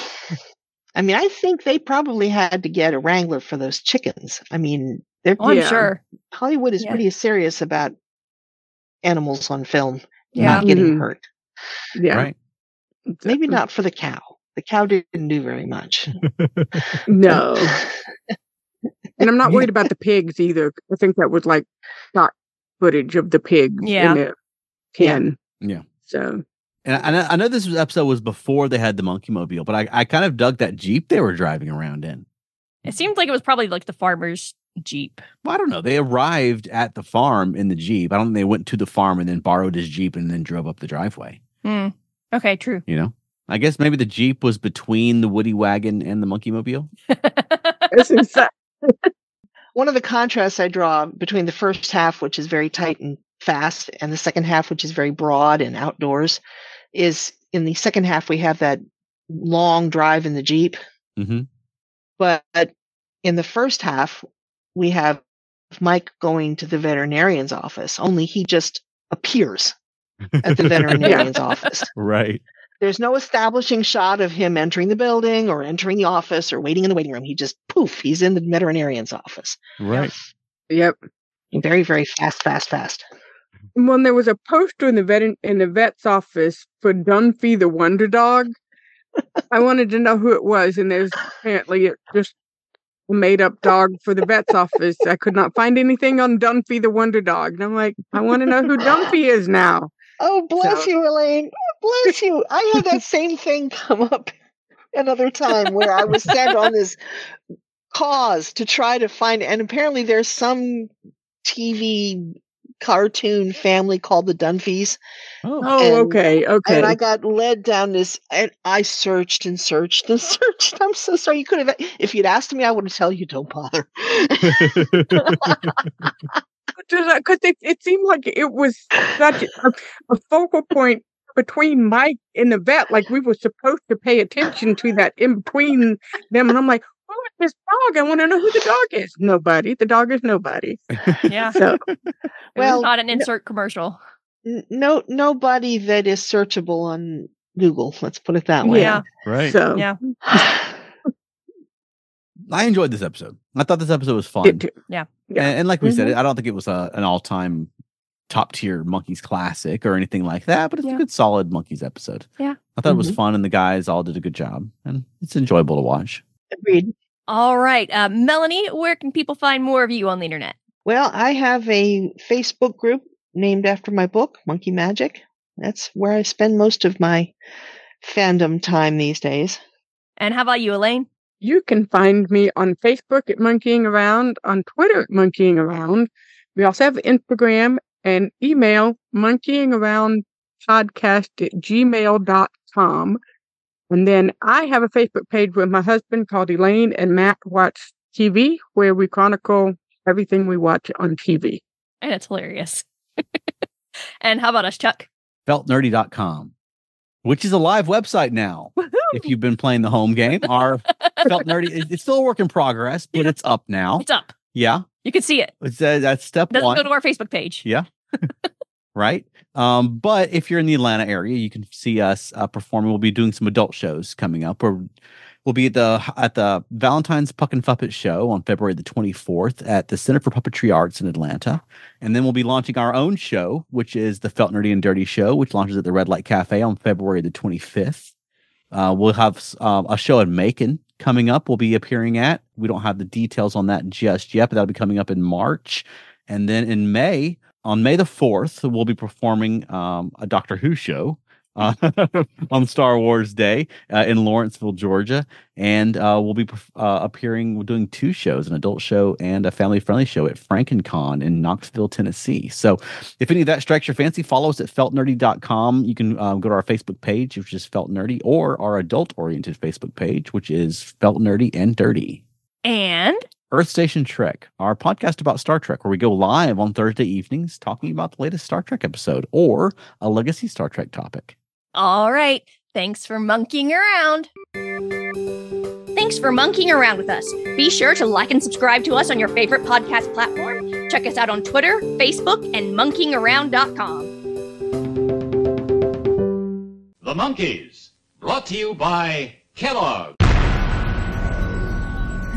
S5: I mean, I think they probably had to get a wrangler for those chickens. I mean, they're,
S2: Oh, I'm
S3: Yeah.
S2: sure.
S5: Hollywood is
S2: Yeah.
S5: pretty serious about animals on film
S2: Yeah. Mm-hmm.
S5: not getting
S3: Mhm.
S5: hurt.
S3: Yeah,
S4: Right.
S5: Maybe not for the cow. The cow didn't do very much.
S3: No, and I'm not
S4: Yeah.
S3: worried about the pigs either. I think that was like stock footage of the pigs
S2: Yeah.
S3: in the pen.
S4: Yeah.
S3: So
S4: And I, and I I know this was- episode was before they had the monkey mobile, but I, I kind of dug that Jeep they were driving around in.
S2: It seemed like it was probably like the farmer's Jeep.
S4: Well, I don't know. They arrived at the farm in the Jeep. I don't think they went to the farm and then borrowed his Jeep and then drove up the driveway.
S2: Hmm. Okay, true.
S4: You know, I guess maybe the Jeep was between the Woody wagon and the monkey mobile.
S3: it's uh, inside.
S5: one of the contrasts I draw between the first half, which is very tight and fast, and the second half, which is very broad and outdoors, is in the second half we have that long drive in the jeep
S4: Mhm.
S5: but in the first half we have mike going to the veterinarian's office only he just appears at the veterinarian's office
S4: Right.
S5: there's no establishing shot of him entering the building or entering the office or waiting in the waiting room he just poof he's in the veterinarian's office
S4: Right.
S3: Yep.
S5: very very fast fast fast
S3: When there was a poster in the vet in the vet's office for Dunphy the Wonder Dog, I wanted to know who it was, and there's apparently it just a made up dog for the vet's office. I could not find anything on Dunphy the Wonder Dog, and I'm like, I want to know who Dunphy is now.
S5: Oh, bless
S3: So-
S5: you, Elaine. Oh, Bless you. I had that same thing come up another time where I was sent on this cause to try to find, and apparently there's some TV cartoon family called the Dunphys.
S4: Oh.
S3: Oh,
S5: And-
S3: okay, okay.
S5: And I got led down this, and I searched and searched and searched. I'm so sorry. You could have, if you'd asked me, I would have told you, don't bother.
S3: because uh, it, it seemed like it was such a, a focal point between Mike and the vet. Like we were supposed to pay attention to that in between them, and I'm like, "Who is this dog? I want to know who the dog is." Nobody. The dog is nobody.
S2: Yeah.
S3: So
S5: Well,
S2: well, not an insert commercial.
S5: N- no, nobody that is searchable on Google. Let's put it that way.
S2: Yeah.
S4: Right.
S3: so
S2: Yeah.
S4: I enjoyed this episode. I thought this episode was fun.
S3: it- Yeah.
S4: And, and like we said, I don't think it was a, an all time top tier Monkeys classic or anything like that, but it's a
S2: Yeah.
S4: good solid Monkeys episode.
S2: Yeah.
S4: I thought it was fun and the guys all did a good job and it's enjoyable to watch.
S5: Agreed.
S2: All right. Uh, Melanie, where can people find more of you on the internet?
S5: Well, I have a Facebook group named after my book, Monkey Magic. That's where I spend most of my fandom time these days.
S2: And how about you, Elaine?
S3: You can find me on Facebook at Monkeying Around, on Twitter at Monkeying Around. We also have Instagram and email monkeying around podcast at gmail.com. And then I have a Facebook page with my husband called Elaine and Matt Watch TV, where we chronicle everything we watch on TV.
S2: And it's hilarious. and how about us, Chuck?
S4: Feltnerdy.com, which is a live website now. If you've been playing the home game, our Felt Nerdy, it- it's still a work in progress, but it's up now.
S2: It's up.
S4: Yeah.
S2: You can see it.
S4: It's, uh, that's step
S2: Doesn't
S4: one.
S2: go to our Facebook page.
S4: right? Um, but if you're in the Atlanta area, you can see us uh, performing. We'll be doing some adult shows coming up. We're, we'll be at the at the Valentine's Puck and Puppet show on February the 24th at the Center for Puppetry Arts in Atlanta, and then we'll be launching our own show, which is the Felt Nerdy and Dirty show, which launches at the Red Light Cafe on February the 25th. Uh, we'll have um, a show in Macon coming up. We'll be appearing at. We don't have the details on that just yet, but that'll be coming up in March, and then in May on May the 4th, we'll be performing um, a Doctor Who show uh, on Star Wars Day uh, in Lawrenceville, Georgia. And uh, we'll be perf- uh, appearing, we're doing two shows an adult show and a family friendly show at FrankenCon in Knoxville, Tennessee. So if any of that strikes your fancy, follow us at feltnerdy.com. You can um, go to our Facebook page, which is Felt Nerdy, or our adult oriented Facebook page, which is Felt Nerdy and Dirty.
S2: And
S4: Earth Station Trek, our podcast about Star Trek, where we go live on Thursday evenings talking about the latest Star Trek episode or a legacy Star Trek topic.
S2: All right. Thanks for monkeying around. Thanks for monkeying around with us. Be sure to like and subscribe to us on your favorite podcast platform. Check us out on Twitter, Facebook, and monkeyingaround.com.
S11: The Monkeys, brought to you by Kellogg.